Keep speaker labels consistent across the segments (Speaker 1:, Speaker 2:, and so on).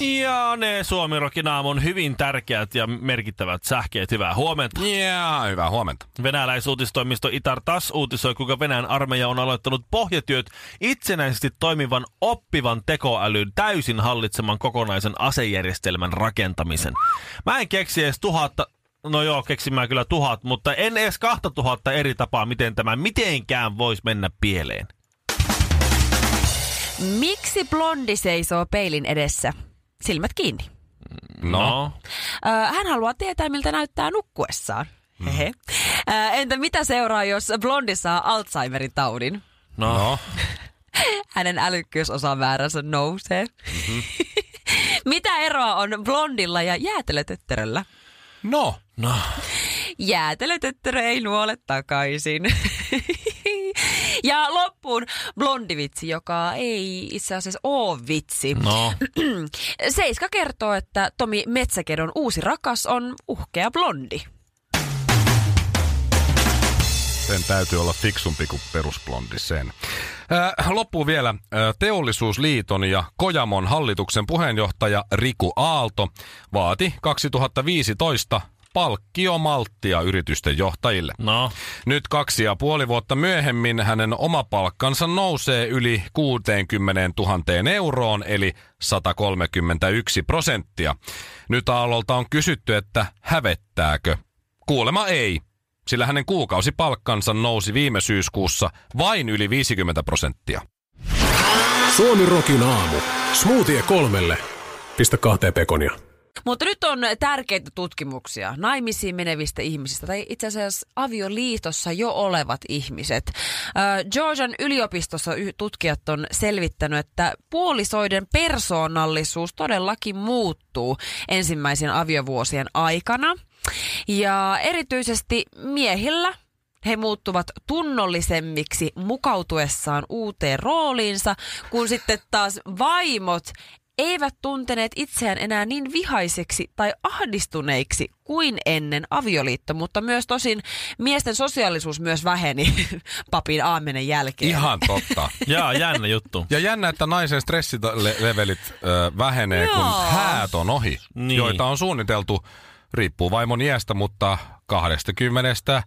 Speaker 1: Ja ne Suomirokin aamun hyvin tärkeät ja merkittävät sähkeet. Hyvää huomenta.
Speaker 2: Jaa, hyvää huomenta.
Speaker 1: Venäläisuutistoimisto Itar TASS uutisoi, kuinka Venäjän armeija on aloittanut pohjatyöt itsenäisesti toimivan oppivan tekoälyn täysin hallitseman kokonaisen asejärjestelmän rakentamisen. Mä en keksi edes tuhatta, no joo, keksin mä kyllä tuhat, mutta en edes kahta tuhatta eri tapaa, miten tämä mitenkään voisi mennä pieleen.
Speaker 3: Miksi blondi seisoo peilin edessä? Silmät kiinni.
Speaker 2: No.
Speaker 3: Ö, hän haluaa tietää, miltä näyttää nukkuessaan. Hehe. Ö, entä mitä seuraa, jos blondi saa Alzheimerin taudin?
Speaker 1: No. no.
Speaker 3: Hänen älykkyysosamääränsä nousee. Mm-hmm. mitä eroa on blondilla ja jäätelötötteröllä?
Speaker 2: No.
Speaker 1: No.
Speaker 3: Jäätelötöttörö ei nuole takaisin. ja loppuun blondivitsi, joka ei itse asiassa ole vitsi.
Speaker 1: No.
Speaker 3: Seiska kertoo, että Tomi Metsäkedon uusi rakas on uhkea blondi.
Speaker 2: Sen täytyy olla fiksumpi kuin perusblondi sen. Äh, loppuun vielä äh, Teollisuusliiton ja Kojamon hallituksen puheenjohtaja Riku Aalto vaati 2015 palkkiomalttia yritysten johtajille.
Speaker 1: No.
Speaker 2: Nyt kaksi ja puoli vuotta myöhemmin hänen oma palkkansa nousee yli 60 000 euroon, eli 131 prosenttia. Nyt Aallolta on kysytty, että hävettääkö. Kuulema ei, sillä hänen kuukausipalkkansa nousi viime syyskuussa vain yli 50 prosenttia.
Speaker 4: Suomi Rokin aamu. Smoothie kolmelle. Pistä kahteen pekonia.
Speaker 3: Mutta nyt on tärkeitä tutkimuksia naimisiin menevistä ihmisistä tai itse asiassa avioliitossa jo olevat ihmiset. Äh, Georgian yliopistossa y- tutkijat on selvittänyt, että puolisoiden persoonallisuus todellakin muuttuu ensimmäisen aviovuosien aikana. Ja erityisesti miehillä he muuttuvat tunnollisemmiksi mukautuessaan uuteen rooliinsa, kun sitten taas vaimot eivät tunteneet itseään enää niin vihaiseksi tai ahdistuneiksi kuin ennen avioliitto, mutta myös tosin miesten sosiaalisuus myös väheni papin aamenen jälkeen.
Speaker 2: Ihan totta.
Speaker 1: Jaa, jännä juttu.
Speaker 2: Ja jännä, että naisen stressilevelit ö, vähenee, Joo. kun
Speaker 3: Joo.
Speaker 2: häät on ohi,
Speaker 1: Niin.
Speaker 2: niin. joita on suunniteltu, riippuu vaimon iästä, mutta 20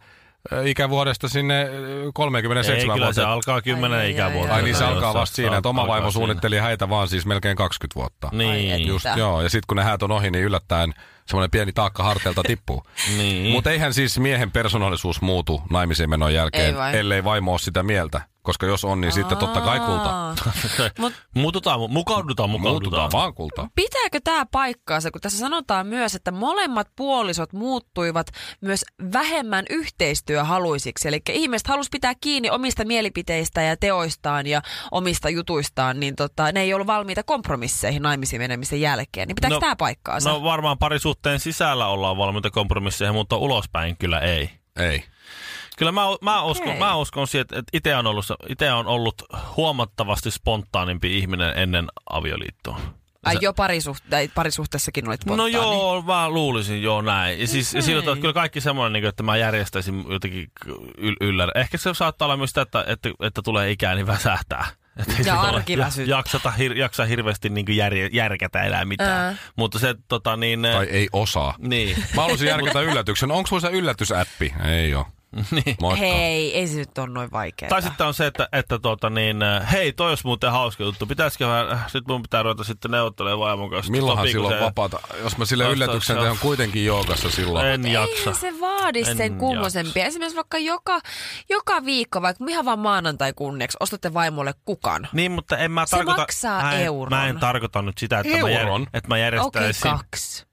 Speaker 2: ö, ikävuodesta sinne ö,
Speaker 1: Ei,
Speaker 2: 37
Speaker 1: kyllä se
Speaker 2: vuoteen.
Speaker 1: alkaa
Speaker 3: Ai,
Speaker 1: kymmenen
Speaker 3: ai,
Speaker 1: ikävuotta.
Speaker 3: al-
Speaker 2: Ai niin se
Speaker 3: Joo,
Speaker 2: alkaa
Speaker 1: Jossain-
Speaker 2: vasta siinä, että oma
Speaker 1: alkaa
Speaker 2: vaimo
Speaker 1: siinä.
Speaker 2: suunnitteli häitä vaan siis melkein 20 vuotta.
Speaker 1: Niin.
Speaker 3: Ai
Speaker 2: Just
Speaker 3: Mitä?
Speaker 2: joo, ja sitten kun ne häät on ohi, niin yllättäen semmoinen pieni taakka harteilta tippuu.
Speaker 1: Niin.
Speaker 2: Mutta eihän siis miehen persoonallisuus muutu naimisiin menon
Speaker 3: Ei
Speaker 2: jälkeen,
Speaker 3: vai?
Speaker 2: ellei vaimo ole sitä mieltä. Koska jos on, niin sitten totta kai kulta.
Speaker 3: Aa.
Speaker 1: Mut, Muututaan, mukaudutaan, mukaudutaan.
Speaker 2: Muututaan vaan kulta.
Speaker 3: Pitääkö tämä paikkaansa, kun tässä sanotaan myös, että molemmat puolisot muuttuivat myös vähemmän yhteistyöhaluisiksi. Eli ihmiset halusivat pitää kiinni omista mielipiteistä ja teoistaan ja omista jutuistaan, niin tota, ne ei ollut valmiita kompromisseihin naimisiin menemisen jälkeen. Niin pitääkö
Speaker 1: No,
Speaker 3: no, tämä paikkaansa?
Speaker 1: No varmaan parisuhteen sisällä ollaan valmiita kompromisseihin, mutta ulospäin kyllä ei.
Speaker 2: Ei.
Speaker 1: Kyllä mä, mä, uskon,
Speaker 3: Okei.
Speaker 1: mä uskon siihen, että itse on, ollut, ite on ollut huomattavasti spontaanimpi ihminen ennen avioliittoa.
Speaker 3: Ai jo parisuht- tai parisuhteessakin olit niin
Speaker 1: No
Speaker 3: spontaani.
Speaker 1: joo, mä luulisin, joo näin. Ja siis ja sillä tavalla, että kyllä kaikki semmoinen, niin kuin, että mä järjestäisin jotenkin yl- yllä. Ehkä se saattaa olla myös sitä, että, että, että tulee ikään, niin väsähtää. Että ei
Speaker 3: Ja
Speaker 1: sit ole-
Speaker 3: arki
Speaker 1: ja-
Speaker 3: väsyttää.
Speaker 1: jaksata, hir, jaksa hirveästi niin järje, järkätä elää mitään.
Speaker 3: Ää.
Speaker 1: Mutta se tota niin...
Speaker 2: Tai ei osaa.
Speaker 1: Niin.
Speaker 2: Mä halusin järkätä yllätyksen. Onko sulla se yllätysäppi? Ei oo.
Speaker 1: Niin.
Speaker 2: Moikka.
Speaker 3: Hei, ei se nyt ole noin vaikeaa.
Speaker 1: Tai sitten on se, että, että tuota, niin, äh, hei, toi olisi muuten hauska juttu. Pitäisikö vähän, äh, sit mun pitää ruveta sitten neuvottelemaan vaimon kanssa.
Speaker 2: Milloinhan
Speaker 1: Sopiiko
Speaker 2: silloin
Speaker 1: se?
Speaker 2: vapaata? Jos mä sille
Speaker 1: Taas
Speaker 2: yllätyksen
Speaker 1: taas-
Speaker 2: teen kuitenkin joogassa silloin.
Speaker 1: En jaksa.
Speaker 3: Eihän se vaadi
Speaker 1: En
Speaker 3: en sen kummosempia. Esimerkiksi vaikka joka, joka viikko, vaikka ihan vaan maanantai kunniaksi, ostatte vaimolle kukan.
Speaker 1: Niin, mutta en mä
Speaker 3: Se
Speaker 1: tarkoita...
Speaker 3: maksaa
Speaker 1: mä en,
Speaker 3: euron.
Speaker 1: Mä en tarkoita nyt sitä, että, mä, jär,
Speaker 2: Euron?
Speaker 1: että mä
Speaker 3: Okei, okay,
Speaker 1: järjestäisin
Speaker 3: kaksi.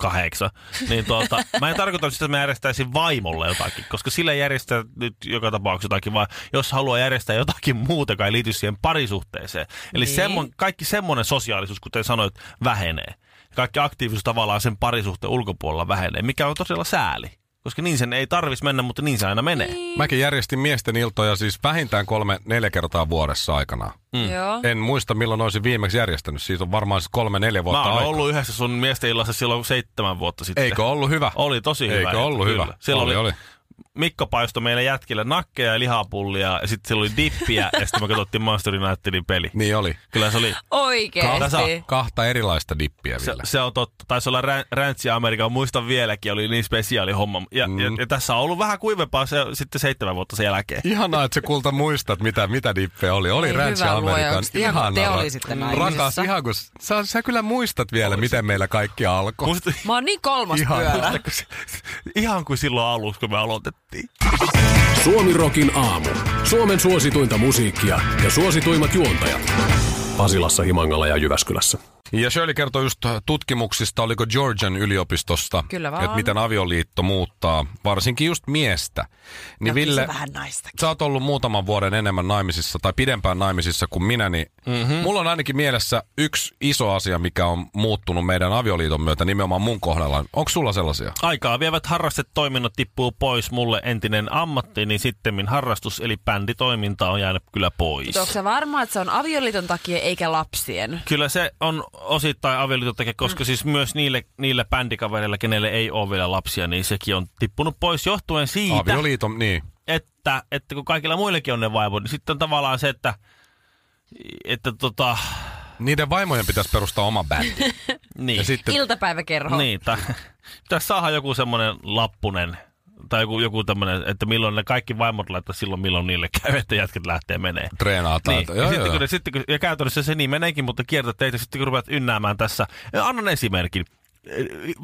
Speaker 1: kahdeksan. Niin tuota, mä en tarkoita sitä, että mä järjestäisin vaimolle jotakin, koska sillä järjestää nyt joka tapauksessa jotakin, vaan jos haluaa järjestää jotakin muuta, joka ei liity siihen parisuhteeseen. Eli
Speaker 3: Niin.
Speaker 1: semmon, kaikki semmoinen sosiaalisuus, kuten sanoit, vähenee. Kaikki aktiivisuus tavallaan sen parisuhteen ulkopuolella vähenee, mikä on todella sääli. Koska niin sen ei tarvis mennä, mutta niin se aina menee.
Speaker 2: Mäkin järjestin miesten iltoja siis vähintään kolme, neljä kertaa vuodessa aikana.
Speaker 3: Mm. Joo.
Speaker 2: En muista milloin olisin viimeksi järjestänyt. Siitä on varmaan siis kolme, neljä vuotta
Speaker 1: Mä oon
Speaker 2: aikaa.
Speaker 1: ollut yhdessä sun miesten illassa silloin seitsemän vuotta sitten.
Speaker 2: Eikö ollut hyvä?
Speaker 1: Oli tosi hyvä.
Speaker 2: Eikö
Speaker 1: ilta,
Speaker 2: ollut
Speaker 1: kyllä.
Speaker 2: hyvä?
Speaker 1: Siellä
Speaker 2: Oli,
Speaker 1: oli,
Speaker 2: oli.
Speaker 1: oli. Mikko paistoi meille jätkillä nakkeja ja lihapullia ja sitten siellä oli dippiä ja sitten me katsottiin Master Unitedin peli.
Speaker 2: Niin oli.
Speaker 1: Kyllä se oli. Kahdessa-
Speaker 3: Oikeesti.
Speaker 2: Kahta erilaista dippiä,
Speaker 1: Se,
Speaker 2: Ville.
Speaker 1: se on totta. Taisi olla rän- Räntsi Amerikan, muistan vieläkin, oli niin spesiaali homma. Ja, mm. ja, ja, tässä on ollut vähän kuivempaa se, sitten seitsemän vuotta sen jälkeen.
Speaker 2: Ihanaa, että sä kulta muistat, mitä, mitä dippejä oli. Oli
Speaker 3: Ei,
Speaker 2: Ranch
Speaker 3: hyvä luoja,
Speaker 2: Amerikan.
Speaker 3: onks te-
Speaker 2: Ihanaa.
Speaker 3: te olisitte
Speaker 2: Rakas,
Speaker 3: naimisissa?
Speaker 2: ihan kun sä, sä kyllä muistat vielä, miten meillä kaikki alkoi.
Speaker 1: Muista,
Speaker 3: Mä oon niin kolmas
Speaker 2: Ihan.
Speaker 3: pyörä.
Speaker 1: muistatko se- ihan kuin silloin aluksi, kun me aloitettiin.
Speaker 4: Suomi Rokin aamu. Suomen suosituinta musiikkia ja suosituimmat juontajat. Pasilassa, Himangalla ja Jyväskylässä.
Speaker 2: Ja Shirley kertoi just tutkimuksista, oliko Georgian yliopistosta,
Speaker 3: Kyllä vaan.
Speaker 2: että miten avioliitto muuttaa, varsinkin just miestä. Niin
Speaker 3: Ja
Speaker 2: Ville,
Speaker 3: No se vähän naista.
Speaker 2: sä oot ollut muutaman vuoden enemmän naimisissa tai pidempään naimisissa kuin minä, niin
Speaker 3: Mhm.
Speaker 2: mm-hmm. mulla on ainakin mielessä yksi iso asia, mikä on muuttunut meidän avioliiton myötä nimenomaan mun kohdalla. Onko sulla sellaisia?
Speaker 1: Aikaa vievät harrastetoiminnot tippuu pois. Mulle entinen ammatti, niin sittemmin harrastus eli bänditoiminta on jäänyt kyllä pois.
Speaker 3: Mutta onko se varma, että se on avioliiton takia eikä lapsien?
Speaker 1: Kyllä se on osittain avioliiton takia, koska mm. siis myös niille, niillä bändikavereilla, kenelle ei ole vielä lapsia, niin sekin on tippunut pois johtuen siitä,
Speaker 2: Avioliiton, niin.
Speaker 1: että, että kun kaikilla muillakin on ne vaimot, niin sitten on tavallaan se, että, että tota,
Speaker 2: Niiden vaimojen pitäisi perustaa oma bändi.
Speaker 1: niin.
Speaker 2: Ja sitten
Speaker 3: Iltapäiväkerho.
Speaker 1: Niin, tai pitäisi saada joku semmoinen lappunen, tai joku, joku tämmöinen, että milloin ne kaikki vaimot laittaa silloin, milloin niille käy, että jätket lähtee menee.
Speaker 2: treenaa tai...
Speaker 1: Niin. Ja,
Speaker 2: Joo,
Speaker 1: sitten,
Speaker 2: joo.
Speaker 1: Kun, ne- sitten, kun, ja käytännössä se niin meneekin, mutta kiertää teitä, sitten kun rupeat ynnäämään tässä. Ja Annan esimerkin.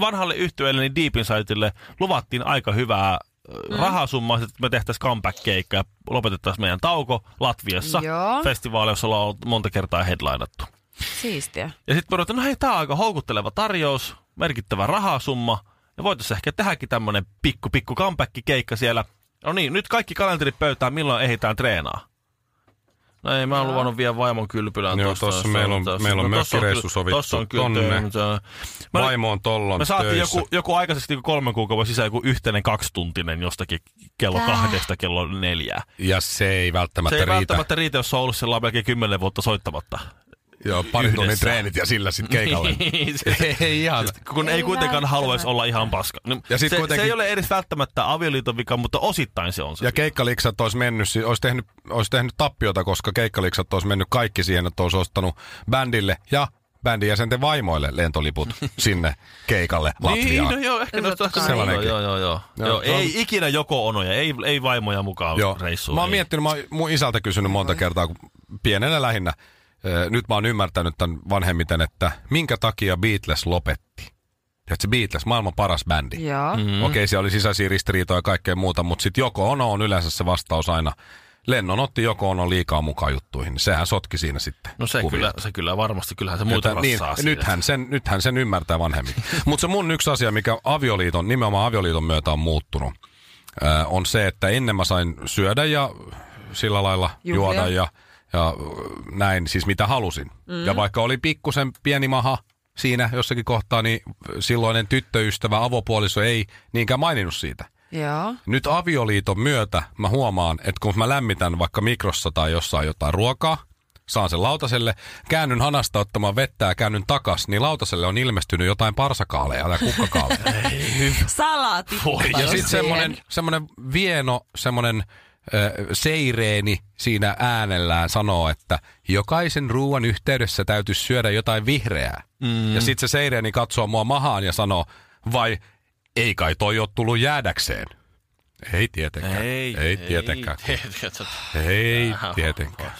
Speaker 1: Vanhalle yhtyeelle, niin Deep Insightille, luvattiin aika hyvää mm. rahasummaa, että me tehtäisiin comeback-keikka ja lopetettaisiin meidän tauko Latviassa.
Speaker 3: Joo.
Speaker 1: Festivaali, jossa ollaan oltu monta kertaa headlinattu.
Speaker 3: Siistiä.
Speaker 1: Ja sitten me ruvettiin, no hei, tämä on aika houkutteleva tarjous, merkittävä rahasumma, ja voitaisiin ehkä tehdäkin tämmöinen pikku, pikku comeback-keikka siellä. No niin, nyt kaikki kalenterit pöytään, milloin ehditään treenaa. No ei, mä oon luvannut vielä vaimon kylpylään.
Speaker 2: Joo,
Speaker 1: tosta,
Speaker 2: tossa
Speaker 1: tossa,
Speaker 2: meillä on-
Speaker 1: tossa. No
Speaker 2: meillä on
Speaker 1: tossa kyllä-
Speaker 2: mökkireissu sovittu
Speaker 1: tossa on kyllä
Speaker 2: tonne.
Speaker 1: töitä. Mä nyt-
Speaker 2: Vaimo on tollon
Speaker 1: me saatiin
Speaker 2: töissä.
Speaker 1: joku, joku aikaisesti kolmen kuukauden sisään joku yhteinen kaksituntinen jostakin kello
Speaker 3: Tää.
Speaker 1: kahdesta kello neljää.
Speaker 2: Ja se ei välttämättä
Speaker 1: Se ei
Speaker 2: riitä.
Speaker 1: välttämättä riitä, jos Oulussa ollaan melkein kymmenen vuotta soittamatta.
Speaker 2: Joo, pari tunnin
Speaker 1: yhdessä.
Speaker 2: treenit ja sillä sitten keikalle.
Speaker 1: Niin, se-
Speaker 2: ei ihan.
Speaker 1: kun ei,
Speaker 3: Ei
Speaker 1: ei kuitenkaan haluaisi
Speaker 3: välttämättä.
Speaker 1: olla ihan paska. No,
Speaker 2: Ja sit
Speaker 1: se,
Speaker 2: kuitenkin-
Speaker 1: se ei ole edes välttämättä avioliiton vika, mutta osittain se on se.
Speaker 2: Ja keikkaliksat olisi mennyt, si- olisi tehnyt, olisi tehnyt tappiota, koska keikkaliksat olisi mennyt kaikki siihen, että olisi ostanut bändille ja bändin jäsenten vaimoille lentoliput sinne keikalle
Speaker 1: Niin,
Speaker 2: Latviaan.
Speaker 1: no joo, ehkä
Speaker 3: Totta
Speaker 1: noista
Speaker 3: kai.
Speaker 1: joo,
Speaker 2: Sellainenkin.
Speaker 1: joo, joo, joo.
Speaker 2: Joo,
Speaker 1: joo
Speaker 2: se on-
Speaker 1: ei ikinä joko onoja, ei, ei vaimoja mukaan
Speaker 2: Joo.
Speaker 1: reissuun.
Speaker 2: Mä oon
Speaker 1: ei.
Speaker 2: miettinyt, mä oon mun isältä kysynyt monta kertaa, kun pienenä lähinnä. Ö, Nyt mä oon ymmärtänyt tämän vanhemmiten, että minkä takia Beatles lopetti. Tiedätkö, Beatles, maailman paras bändi.
Speaker 3: Joo. Mm.
Speaker 2: Mm. Okei, siellä oli sisäisiä ristiriitoja ja kaikkea muuta, mutta sitten joko ono on yleensä se vastaus aina. Lennon otti joko ono liikaa mukaan juttuihin, niin sehän sotki siinä sitten.
Speaker 1: No se
Speaker 2: kuvia.
Speaker 1: kyllä, se kyllä varmasti, kyllähän se muita
Speaker 2: Että niin,
Speaker 1: rassaa siinä.
Speaker 2: nythän, sen, nythän sen ymmärtää vanhemmin. mutta se mun yksi asia, mikä avioliiton, nimenomaan avioliiton myötä on muuttunut, ö, on se, että ennen mä sain syödä ja sillä lailla
Speaker 3: Juhlia.
Speaker 2: juoda ja, ja ö, näin, siis mitä halusin. Mm. Ja vaikka oli pikkusen pieni maha siinä jossakin kohtaa, niin silloinen tyttöystävä, avopuoliso ei niinkään maininnut siitä.
Speaker 3: Joo.
Speaker 2: Nyt avioliiton myötä mä huomaan, että kun mä lämmitän vaikka mikrossa tai jossain jotain ruokaa, saan sen lautaselle, käännyn hanasta ottamaan vettä ja käännyn takas, niin lautaselle on ilmestynyt jotain parsakaaleja tai kukkakaaleja.
Speaker 3: Salaatti.
Speaker 1: Voi,
Speaker 2: ja
Speaker 3: Siihen.
Speaker 2: sitten semmoinen, semmoinen vieno, semmoinen ö, seireeni siinä äänellään sanoo, että jokaisen ruoan yhteydessä täytyy syödä jotain vihreää. Mm. Ja sitten se seireeni katsoo mua mahaan ja sanoo, vai ei kai toi ole tullut jäädäkseen. Ei tietenkään.
Speaker 1: Ei,
Speaker 2: ei tietenkään.
Speaker 1: Ei, tietenkään.
Speaker 2: Ei tietenkään.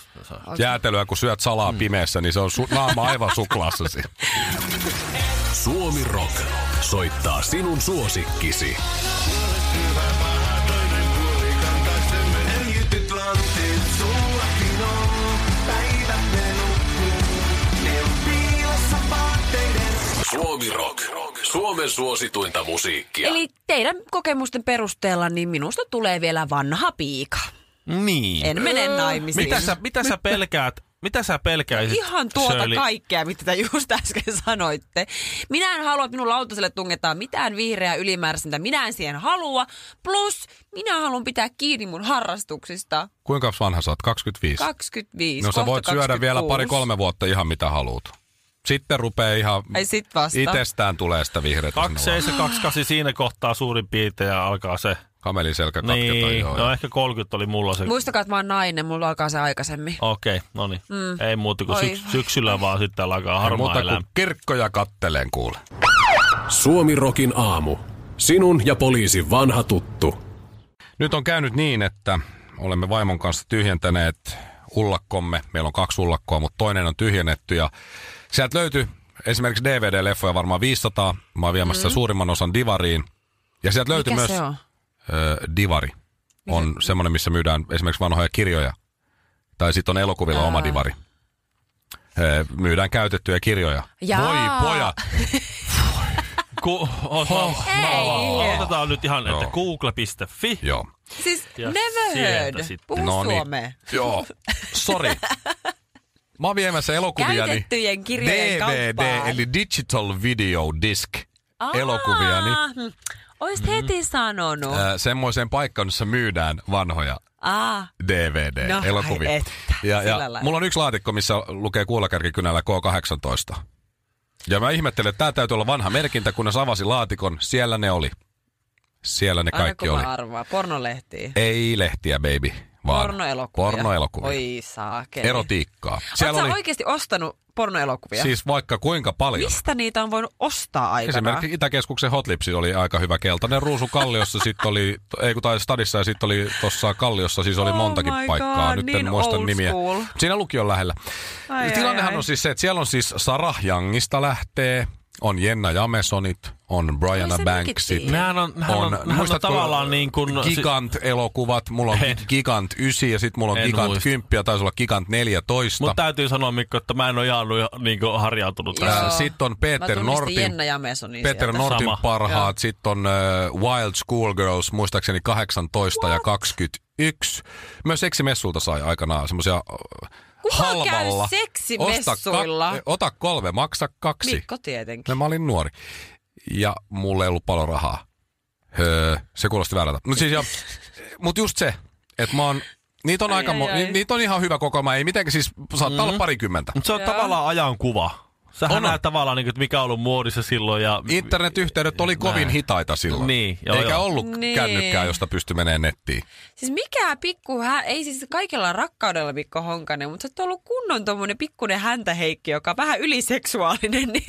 Speaker 2: Jäätelöä, kun syöt salaa pimeässä, niin se on su- naama aivan suklaassa siinä.
Speaker 4: Suomi Rock soittaa sinun suosikkisi. Suomi Rock. Suomen suosituinta musiikkia.
Speaker 3: Eli teidän kokemusten perusteella niin minusta tulee vielä vanha piika.
Speaker 1: Niin.
Speaker 3: En mene naimisiin.
Speaker 1: Mitä sä, mitä sä pelkäät? Mitä sä pelkäisit,
Speaker 3: Ihan tuota
Speaker 1: Shirley?
Speaker 3: kaikkea, mitä te just äsken sanoitte. Minä en halua, että minun lautaselle tungetaan mitään vihreää ylimääräistä, minä en siihen halua. Plus, minä haluan pitää kiinni mun harrastuksista.
Speaker 2: Kuinka vanha sä oot? 25?
Speaker 3: 25,
Speaker 2: No
Speaker 3: Siis
Speaker 2: sä
Speaker 3: kohta
Speaker 2: voit syödä
Speaker 3: 26.
Speaker 2: vielä pari-kolme vuotta ihan mitä haluut. Sitten rupeaa ihan...
Speaker 3: Ei sit vasta.
Speaker 2: Itestään tulee sitä vihreätä
Speaker 1: Kaksi
Speaker 2: sinne
Speaker 1: seis ja kaksi kasi siinä kohtaa suurin piirtein ja alkaa se.
Speaker 2: vaan. Kameliselkä katketaan
Speaker 1: Niin,
Speaker 2: joo.
Speaker 1: no ehkä 30 oli mulla se.
Speaker 3: Muistakaa, että mä oon nainen, mulla alkaa se aikaisemmin.
Speaker 1: Okei, no niin. Mm. Ei muuta kuin
Speaker 3: Oi.
Speaker 1: syks- syksyllä vaan sitten alkaa
Speaker 2: Ei
Speaker 1: harmaa
Speaker 2: muuta
Speaker 1: elämä.
Speaker 2: kuin No kirkkoja katteleen kuule.
Speaker 4: Suomi Rokin aamu. Sinun ja poliisin vanha tuttu.
Speaker 2: Nyt on käynyt niin, että olemme vaimon kanssa tyhjentäneet ullakkomme. Meillä on kaksi ullakkoa, mutta toinen on tyhjennetty ja sieltä löytyi esimerkiksi DVD-leffoja varmaan 500. Mä oon viemässä mm. suurimman osan divariin. Ja sieltä löytyi
Speaker 3: Mikä
Speaker 2: myös
Speaker 3: se on?
Speaker 2: Ö, divari. On semmoinen, missä myydään esimerkiksi vanhoja kirjoja. Tai sitten on elokuvilla Aa. oma divari. Ö, myydään käytettyjä kirjoja.
Speaker 3: Jaa.
Speaker 2: Voi pojat!
Speaker 1: Ku, o, o,
Speaker 3: Ei.
Speaker 1: otetaan nyt ihan, että
Speaker 2: Joo.
Speaker 1: google.fi.
Speaker 2: Joo.
Speaker 3: Siis
Speaker 1: Ja
Speaker 3: never
Speaker 1: sieltä
Speaker 3: heard.
Speaker 1: sitten.
Speaker 3: Puhu
Speaker 2: No niin.
Speaker 3: suomea.
Speaker 2: Joo, sori. Mä oon viemässä elokuvia niin
Speaker 3: Käytettyjen kirjojen
Speaker 2: DVD,
Speaker 3: kauppaan.
Speaker 2: eli Digital Video Disc elokuvia, niin Mhm.
Speaker 3: Oisit heti sanonut.
Speaker 2: äh, semmoiseen paikkaan, jossa myydään vanhoja
Speaker 3: Aa,
Speaker 2: DVD,
Speaker 3: No, ai
Speaker 2: elokuvia.
Speaker 3: että,
Speaker 2: ja, ja
Speaker 3: sillä lailla.
Speaker 2: mulla on yksi laatikko, missä lukee kuulakärkikynällä K18. Ja mä ihmettelen, että tää täytyy olla vanha merkintä, kunnes avasin laatikon. Siellä ne oli. Siellä ne
Speaker 3: aina
Speaker 2: kaikki
Speaker 3: kun
Speaker 2: oli.
Speaker 3: mä arvaan. Pornolehtiä.
Speaker 2: Ei lehtiä, baby, vaan
Speaker 3: Pornoelokuvia.
Speaker 2: pornoelokuvia.
Speaker 3: Oi saakeli.
Speaker 2: Erotiikkaa.
Speaker 3: Oletko oli... oikeasti ostanut pornoelokuvia?
Speaker 2: Siis vaikka kuinka paljon.
Speaker 3: Mistä niitä on voinut ostaa aikanaan?
Speaker 2: Esimerkiksi Itäkeskuksen Hotlipsi oli aika hyvä keltainen. Ruusu Kalliossa sitten oli, ei kun tai Stadissa ja sitten oli tuossa Kalliossa, siis oli
Speaker 3: Oh
Speaker 2: montakin
Speaker 3: my
Speaker 2: paikkaa.
Speaker 3: God,
Speaker 2: Nyt
Speaker 3: niin
Speaker 2: en muista
Speaker 3: old
Speaker 2: nimiä.
Speaker 3: school.
Speaker 2: Siinä lukion lähellä.
Speaker 3: Ai,
Speaker 2: Tilannehan
Speaker 3: ai, ai.
Speaker 2: on siis se, että siellä on siis Sarah Jangista lähtee, on Jenna Jamesonit, on Brianna
Speaker 3: Ai, sen
Speaker 2: Banksit.
Speaker 3: mäkin tiedän.
Speaker 1: Nämähän on, nämähän on, nämähän on
Speaker 2: muistatko
Speaker 1: tavallaan niin kuin...
Speaker 2: Gigant-elokuvat, mulla on
Speaker 1: En.
Speaker 2: Gigant 9 ja sitten mulla on
Speaker 1: En
Speaker 2: Gigant
Speaker 1: muista.
Speaker 2: 10 ja taisi olla Gigant 14.
Speaker 1: Mutta täytyy sanoa Mikko, että mä en ole Jaanu niin harjautunut
Speaker 3: Joo.
Speaker 1: tässä.
Speaker 2: Sitten on
Speaker 3: Mä
Speaker 2: Peter
Speaker 3: tunnistin
Speaker 2: Nortin
Speaker 3: Jenna Jamesonin
Speaker 2: Peter
Speaker 3: Niin sieltä.
Speaker 2: Nortin
Speaker 1: Sama.
Speaker 2: parhaat, sitten on uh, Wild Schoolgirls, muistaakseni 18 ja 21. Myös seksimessulta sai aikanaan semmoisia
Speaker 3: Kuka käy
Speaker 2: halvalla.
Speaker 3: seksimessuilla?
Speaker 2: Osta kak- ota kolme, maksa kaksi.
Speaker 3: Mikko tietenkin.
Speaker 2: No, mä olin nuori. Ja mulle ei ollut paljon rahaa. Öö, se kuulosti väärältä. Mutta siis jo, mut just se, että mä oon, niitä on,
Speaker 3: Ai,
Speaker 2: aika,
Speaker 3: ai,
Speaker 2: mo-
Speaker 3: ai.
Speaker 2: ni- niitä on ihan hyvä kokoelma, ei mitenkään siis saattaa mm. olla parikymmentä.
Speaker 1: Mutta se on
Speaker 3: Joo.
Speaker 1: tavallaan ajan kuva. Sähän
Speaker 2: On,
Speaker 1: on,
Speaker 2: on.
Speaker 1: näet tavallaan, niin kuin, että mikä on ollut muodissa silloin. Ja...
Speaker 2: Niin, Internetyhteydet oli kovin
Speaker 1: Näin.
Speaker 2: hitaita silloin.
Speaker 1: Niin, joo,
Speaker 2: Eikä
Speaker 1: joo.
Speaker 2: ollut
Speaker 3: Niin.
Speaker 2: kännykkää, josta pysty menee nettiin.
Speaker 3: Siis mikä pikku, hä- ei siis kaikella rakkaudella Mikko Honkanen, mutta sä oot ollut kunnon tommonen pikkunen häntäheikki, joka on vähän yliseksuaalinen, niin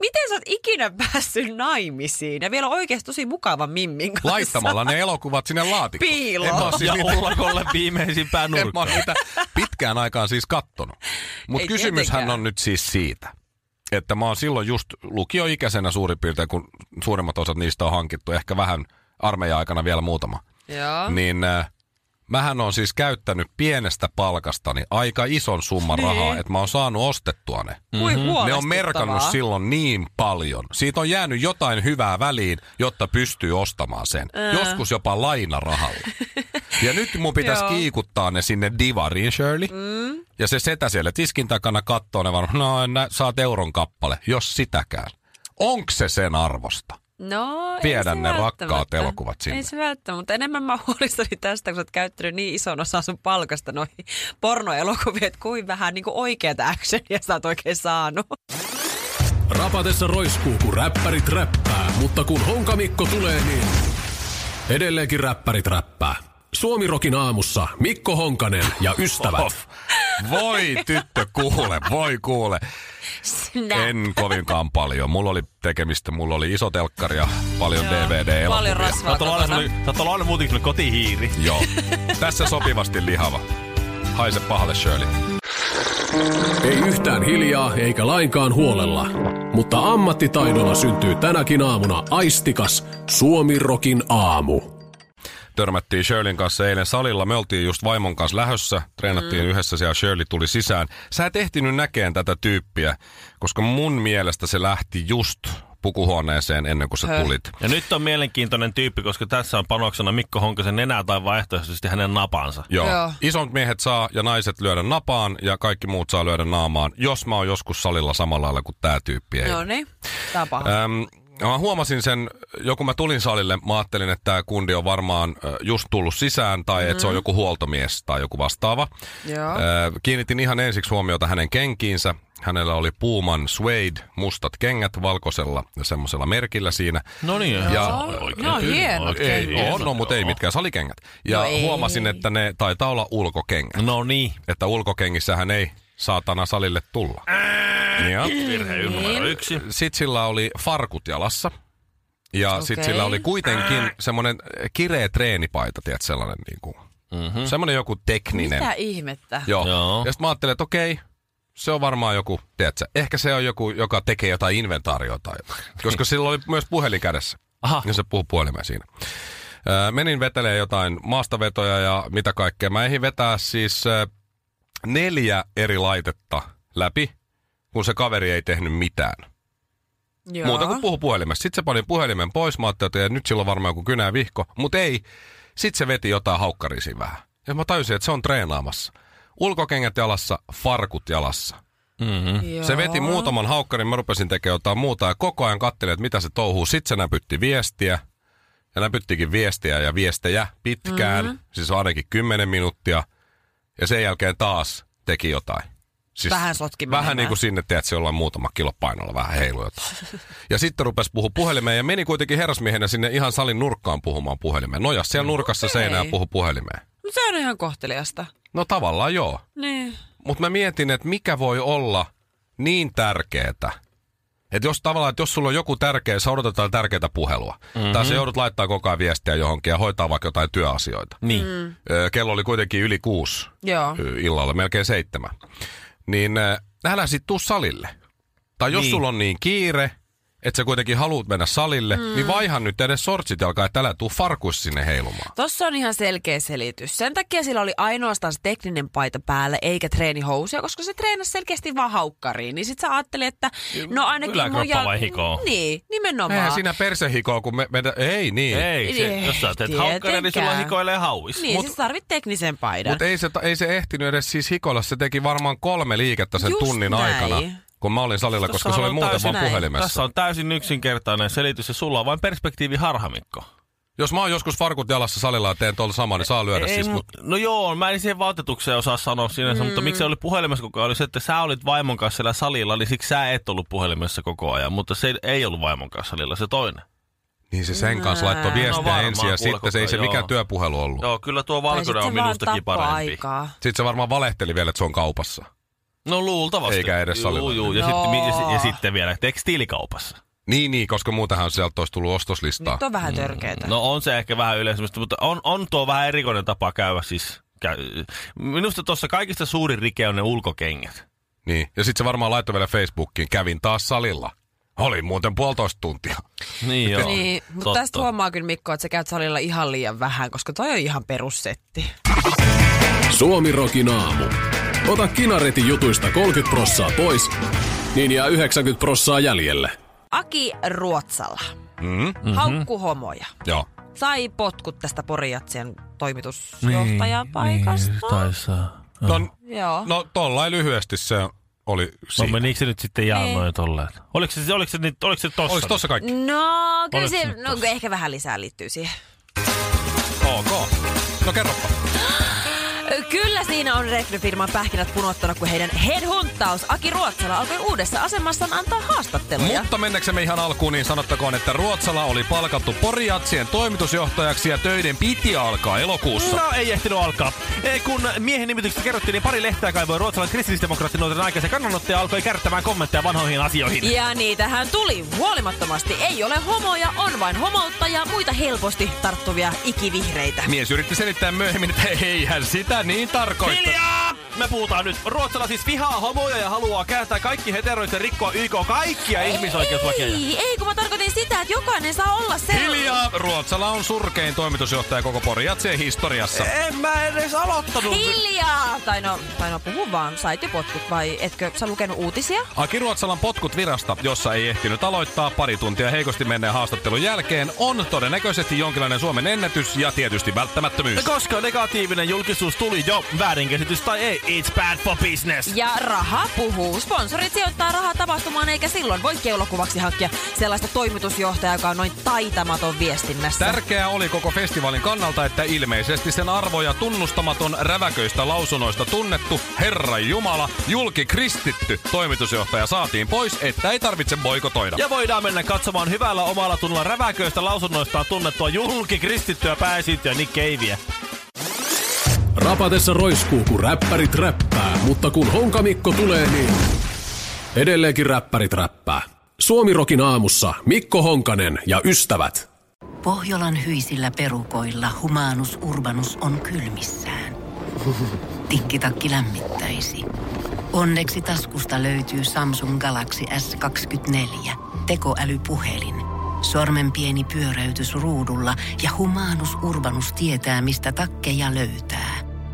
Speaker 3: miten sä oot ikinä päässyt naimisiin? Ja vielä oikeasti tosi mukavan mimmin kanssa.
Speaker 2: Laittamalla ne elokuvat sinne laatikkoon.
Speaker 3: Piiloon.
Speaker 2: En mä oo siis
Speaker 1: Ja
Speaker 2: niitä,
Speaker 1: ullakolle viimeisimpään
Speaker 2: en mä oo
Speaker 1: nurkkaan.
Speaker 2: niitä pitkään aikaan siis kattonut. Mutta
Speaker 3: Ei
Speaker 2: kysymyshän
Speaker 3: tietenkään.
Speaker 2: on nyt siis siitä, että mä oon silloin just lukioikäisenä suurin piirtein, kun suurimmat osat niistä on hankittu, ehkä vähän armeijan aikana vielä muutama.
Speaker 3: Joo.
Speaker 2: Niin äh, mähän on siis käyttänyt pienestä palkastani aika ison summan
Speaker 3: Niin.
Speaker 2: rahaa, että mä oon saanut ostettua ne.
Speaker 3: Kui
Speaker 2: Mm-hmm. Ne on merkannut
Speaker 3: huolestuttavaa.
Speaker 2: silloin niin paljon. Siitä on jäänyt jotain hyvää väliin, jotta pystyy ostamaan sen. Joskus jopa lainarahalla. ja nyt mun pitäisi
Speaker 3: Joo.
Speaker 2: kiikuttaa ne sinne divariin, Shirley. Mm. Ja se setä siellä tiskin takana kattoo ne varmaan, no en nä- saat euron kappale, jos sitäkään. Onko se sen arvosta?
Speaker 3: No, ei
Speaker 2: Viedä
Speaker 3: se
Speaker 2: ne
Speaker 3: välttämättä.
Speaker 2: rakkaat elokuvat sinne.
Speaker 3: Ei se välttämättä, mutta enemmän mä oon huolissani tästä, kun sä oot käyttänyt niin ison osan sun palkasta noihin pornoelokuviin, että kuin vähän niin kuin oikeata actionia sä oot oikein saanut.
Speaker 4: Rapatessa roiskuu, kun räppärit räppää, mutta kun Honkamikko tulee, niin edelleenkin räppärit räppää. Suomi Rokin aamussa Mikko Honkanen ja ystävät.
Speaker 2: Voi tyttö kuule, voi kuule. En kovinkaan paljon. Mulla oli tekemistä, mulla oli iso telkkari ja paljon DVD-elokuvia.
Speaker 3: Paljon rasvaa
Speaker 1: Tätä on aina
Speaker 3: kotona.
Speaker 1: semmoinen- tätä on aina muutenkin semmoinen kotihiiri.
Speaker 2: Joo. Tässä sopivasti lihava. Haise pahalle, Shirley.
Speaker 4: Ei yhtään hiljaa eikä lainkaan huolella, mutta ammattitaidolla syntyy tänäkin aamuna aistikas Suomi Rokin aamu.
Speaker 2: Törmättiin Shirleyn kanssa eilen salilla. Me oltiin just vaimon kanssa lähössä. Treenattiin mm. yhdessä siellä Shirley tuli sisään. Sä et ehtinyt näkeen tätä tyyppiä, koska mun mielestä se lähti just pukuhuoneeseen ennen kuin sä
Speaker 3: Höh.
Speaker 2: tulit.
Speaker 1: Ja nyt on mielenkiintoinen tyyppi, koska tässä on panoksena Mikko Honkasen nenä tai vaihtoehtoisesti hänen napansa.
Speaker 2: Joo. Joo.
Speaker 3: Joo.
Speaker 2: Isot miehet saa ja naiset lyödä napaan ja kaikki muut saa lyödä naamaan, jos mä oon joskus salilla samalla lailla kuin tää tyyppi. Ei.
Speaker 3: No niin, tää on paha.
Speaker 2: Öm, mä huomasin sen, joku mä tulin salille, mä ajattelin, että tämä kundi on varmaan ö, just tullut sisään tai mm. että se on joku huoltomies tai joku vastaava.
Speaker 3: Joo.
Speaker 2: Ö, Kiinnitin ihan ensiksi huomiota hänen kenkiinsä. Hänellä oli Puuman Suede, mustat kengät valkoisella semmoisella merkillä siinä.
Speaker 1: No niin,
Speaker 2: Ja-
Speaker 1: se oli oikein
Speaker 3: no,
Speaker 1: tyyli.
Speaker 3: hienot
Speaker 1: Oikein
Speaker 3: kengät.
Speaker 1: hienot,
Speaker 2: Ei, on, no, mutta ei
Speaker 1: joo.
Speaker 2: mitkään salikengät. Ja
Speaker 3: No
Speaker 2: no
Speaker 3: ei.
Speaker 2: huomasin, että ne taitaa olla ulkokengät.
Speaker 1: No niin.
Speaker 2: Että ulkokengissähän ei saatana salille tulla. Ja.
Speaker 1: Virhe numero yksi.
Speaker 2: Sit sillä oli farkut jalassa. Ja okay. sit
Speaker 3: Okei. Ah.
Speaker 2: sillä oli kuitenkin semmoinen kireä treenipaita, tiedät sellainen niinku. Mm-hmm. Semmoinen joku tekninen.
Speaker 3: Mitä ihmettä?
Speaker 2: Joo.
Speaker 1: Mhm. Joo.
Speaker 2: Ja sit mä ajattelin, että okei, se on varmaan joku, tiedätkö, ehkä se on joku, joka tekee jotain inventaarioa tai jotain. Koska sillä oli myös puhelin kädessä.
Speaker 1: Aha.
Speaker 2: Ja se puhuu puhelimeen siinä. Ö, Menin vetelee jotain maastavetoja ja mitä kaikkea. Mä ehdin vetää siis ö, neljä eri laitetta läpi, kun se kaveri ei tehnyt mitään.
Speaker 3: Joo.
Speaker 2: Muuta kuin puhu puhelimessa. Sitten se pani puhelimen pois. Mä ajattelin, että nyt sillä on varmaan joku kynä ja vihko. Mutta ei. Sitten se veti jotain haukkarisiin vähän. Ja mä tajusin, että se on treenaamassa. Ulkokengät jalassa, farkut jalassa.
Speaker 3: Joo.
Speaker 2: Se veti muutaman haukkarin, mä rupesin tekemään jotain muuta ja koko ajan katselin, että mitä se touhuu. Sitten se näpytti viestiä ja näpyttikin viestiä ja viestejä pitkään,
Speaker 3: Mhm.
Speaker 2: mm-hmm. siis ainakin 10 minuuttia. Ja sen jälkeen taas teki jotain. Siis
Speaker 3: Vähän sotki
Speaker 2: Vähän
Speaker 3: menemään.
Speaker 2: niin kuin sinne, teet, se jollain muutama kilo painolla vähän heilu jotain. Ja sitten rupesi puhua puhelimeen ja meni kuitenkin herrasmiehenä sinne ihan salin nurkkaan puhumaan puhelimeen. Nojas siellä nurkassa okay. seinään puhu puhelimeen.
Speaker 3: No se on ihan kohteliasta.
Speaker 2: No tavallaan joo.
Speaker 3: Niin.
Speaker 2: Mutta mä mietin, että mikä voi olla niin tärkeetä, että jos tavallaan, että jos sulla on joku tärkeä, sä odotat jotain tärkeää puhelua, mm-hmm. tai sä joudut laittaa koko ajan viestiä johonkin ja hoitaa vaikka jotain työasioita.
Speaker 1: Niin.
Speaker 2: Ö, Kello oli kuitenkin yli kuusi
Speaker 3: Joo.
Speaker 2: ö, illalla, melkein seitsemän. Niin ö, älä sit tuu salille. Tai jos niin.
Speaker 1: Niin.
Speaker 2: sulla on niin kiire, että sä kuitenkin haluat mennä salille, mm. niin vaihan nyt edes sortsit jalkaa, että älä tuu farkuissa sinne heilumaan.
Speaker 3: Tossa on ihan selkeä selitys. Sen takia sillä oli ainoastaan se tekninen paita päällä, eikä treenihousuja, koska se treenasi selkeästi vaan haukkariin. Niin sit sä ajattelin, että
Speaker 1: Niin,
Speaker 3: no ainakin
Speaker 1: yläkroppa
Speaker 3: mun jal...
Speaker 1: vai hikoo?
Speaker 3: Niin, nimenomaan.
Speaker 2: Eihän siinä persehikoa, kun me, me, ei niin.
Speaker 1: Ei, se,
Speaker 3: Ei,
Speaker 1: jos sä teet haukkaria, niin sulla
Speaker 3: tietenkään.
Speaker 1: hikoilee hauis.
Speaker 3: Niin,
Speaker 2: Mut-
Speaker 3: mut, siis tarvit teknisen paidan.
Speaker 2: Mutta ei se, ei se ehtinyt edes siis hikoilla. Se teki varmaan kolme liikettä sen
Speaker 3: Just
Speaker 2: tunnin
Speaker 3: näin.
Speaker 2: aikana, kun mä olin salilla, koska se
Speaker 1: Tässähän
Speaker 2: oli
Speaker 1: on
Speaker 2: muuten
Speaker 1: täysin-
Speaker 2: vaan
Speaker 3: näin.
Speaker 2: puhelimessa.
Speaker 1: Tässä on täysin yksinkertainen selitys ja sulla on vain perspektiivi harhamikko.
Speaker 2: Jos mä oon joskus farkut jalassa salilla ja teen tuolla samaa, niin saa lyödä
Speaker 1: Ei,
Speaker 2: siis.
Speaker 1: mu-
Speaker 2: Mut,
Speaker 1: No joo, mä en siihen vaatetukseen osaa sanoa sinänsä, mm. mutta miksi se oli puhelimessa koko ajan, oli se, että sä olit vaimon kanssa siellä salilla, niin siksi sä et ollut puhelimessa koko ajan, mutta se ei ollut vaimon kanssa salilla, se toinen.
Speaker 2: niin se sen kanssa laittoi
Speaker 3: No
Speaker 2: viestiä
Speaker 1: varmaan
Speaker 2: ensin
Speaker 1: kuule,
Speaker 2: ja sitten se ei
Speaker 1: kuka-
Speaker 2: se mikään
Speaker 1: joo. No.
Speaker 2: työpuhelu ollut.
Speaker 1: Joo, kyllä tuo
Speaker 3: Tai sit
Speaker 1: valkoinen on
Speaker 3: se vaan
Speaker 1: minustakin
Speaker 3: tappaa
Speaker 1: parempi.
Speaker 3: Aikaa.
Speaker 2: Sitten se varmaan valehteli vielä, että se on kaupassa.
Speaker 1: No luultavasti.
Speaker 2: Eikä edes
Speaker 1: Juu,
Speaker 2: salilla.
Speaker 1: juu. Ja,
Speaker 3: Joo.
Speaker 1: sitten, mi- ja, si- ja, sitten vielä tekstiilikaupassa.
Speaker 2: Niin, niin, koska muutenhan sieltä olisi tullut ostoslistaa.
Speaker 1: Niin
Speaker 3: Nyt on vähän törkeetä.
Speaker 1: No on se ehkä vähän yleisemmästä, mutta on, on tuo vähän erikoinen tapa käydä siis. Käy. Minusta tuossa kaikista suurin rike on ne ulkokengät.
Speaker 2: Niin. Ja sitten se varmaan laittoi vielä Facebookiin, kävin taas salilla. Oli muuten puolitoista tuntia.
Speaker 1: Niin joo.
Speaker 3: Niin, mutta
Speaker 1: Totta.
Speaker 3: tästä huomaa kyllä Mikko, että sä käyt salilla ihan liian vähän, koska toi on ihan perussetti.
Speaker 4: Suomi Rokin aamu. Ota kinaretin jutuista 30 prossaa pois, niin jää 90 prossaa jäljelle.
Speaker 3: Aki Ruotsala. Mm-hmm. Haukku homoja.
Speaker 2: Joo.
Speaker 3: Sai potkut tästä Porijatsien
Speaker 1: Niin,
Speaker 3: toimitusjohtajapaikasta.
Speaker 1: saa.
Speaker 2: No,
Speaker 3: Joo.
Speaker 2: no tollain lyhyesti se oli
Speaker 1: No
Speaker 2: siinä.
Speaker 1: menikö se nyt sitten
Speaker 3: Niin.
Speaker 1: jaalnoin tolleen? Oliko se, oliko se, nyt- oliko se tossa?
Speaker 2: Oliko tossa kaikki?
Speaker 3: No, kyllä
Speaker 1: Oliko se
Speaker 3: se,
Speaker 1: nyt
Speaker 3: no,
Speaker 1: tossa?
Speaker 3: ehkä vähän lisää liittyy siihen.
Speaker 2: Ok. No kerropa.
Speaker 3: Ö, Kyllä siinä on rekryfirman pähkinät punottanut, kun heidän headhunttaus Aki Ruotsala alkoi uudessa asemassaan antaa haastatteluja.
Speaker 2: Mutta mennäksemme ihan alkuun, niin sanottakoon, että Ruotsala oli palkattu Poriatsien toimitusjohtajaksi ja töiden piti alkaa elokuussa.
Speaker 1: No ei ehtinyt alkaa. Eh, Kun miehen nimityksestä kerrottiin, niin pari lehteä kaivoi ruotsalainen kristillisdemokraatti nuorten aikaisen kannanotto ja alkoi kärttämään kommentteja vanhoihin asioihin.
Speaker 3: Ja niitähän tuli huolimattomasti. Ei ole homoja, on vain homoutta ja muita helposti tarttuvia ikivihreitä.
Speaker 2: Mies yritti selittää myöhemmin, että eihän sitä niin tarkoittanut.
Speaker 1: Hiljaa! me puhutaan nyt. Ruotsalla siis vihaa homoja ja haluaa kääntää kaikki heteroit ja rikkoa YK kaikkia ihmisoikeuslakeja.
Speaker 3: Ei, ei, kun mä tarkoitin sitä, että jokainen saa olla se.
Speaker 2: Hiljaa! Ruotsala on surkein toimitusjohtaja koko Porjatseen historiassa.
Speaker 1: En mä edes aloittanut.
Speaker 3: Hiljaa! Tai no, tai no puhu vaan, sait jo potkut vai etkö sä lukenut uutisia?
Speaker 2: Aki Ruotsalan potkut virasta, jossa ei ehtinyt aloittaa pari tuntia heikosti menneen haastattelun jälkeen, on todennäköisesti jonkinlainen Suomen ennätys ja tietysti välttämättömyys.
Speaker 1: Koska negatiivinen julkisuus tuli jo, väärinkäsitys tai ei, it's bad for business.
Speaker 3: Ja raha puhuu. Sponsorit sijoittaa rahaa tapahtumaan, eikä silloin voi keulakuvaksi hankkia sellaista toimitusjohtajaa, joka on noin taitamaton viestinnässä.
Speaker 2: Tärkeää oli koko festivaalin kannalta, että ilmeisesti sen arvoja tunnustamaton räväköistä lausunnoista tunnettu Herra Jumala, julki kristitty toimitusjohtaja saatiin pois, että ei tarvitse boikotoida.
Speaker 1: Ja voidaan mennä katsomaan hyvällä omalla tunnolla räväköistä lausunnoistaan tunnettua julkikristittyä pääesiintyjä Nick Caveä.
Speaker 4: Rapatessa roiskuu, kun räppärit räppää, mutta kun Honkamikko tulee, niin edelleenkin räppärit räppää. Suomirokin aamussa Mikko Honkanen ja ystävät.
Speaker 5: Pohjolan hyisillä perukoilla humanus urbanus on kylmissään. Tikkitakki lämmittäisi. Onneksi taskusta löytyy Samsung Galaxy S24. Tekoälypuhelin. Sormen pieni pyöräytys ruudulla ja humanus urbanus tietää, mistä takkeja löytää.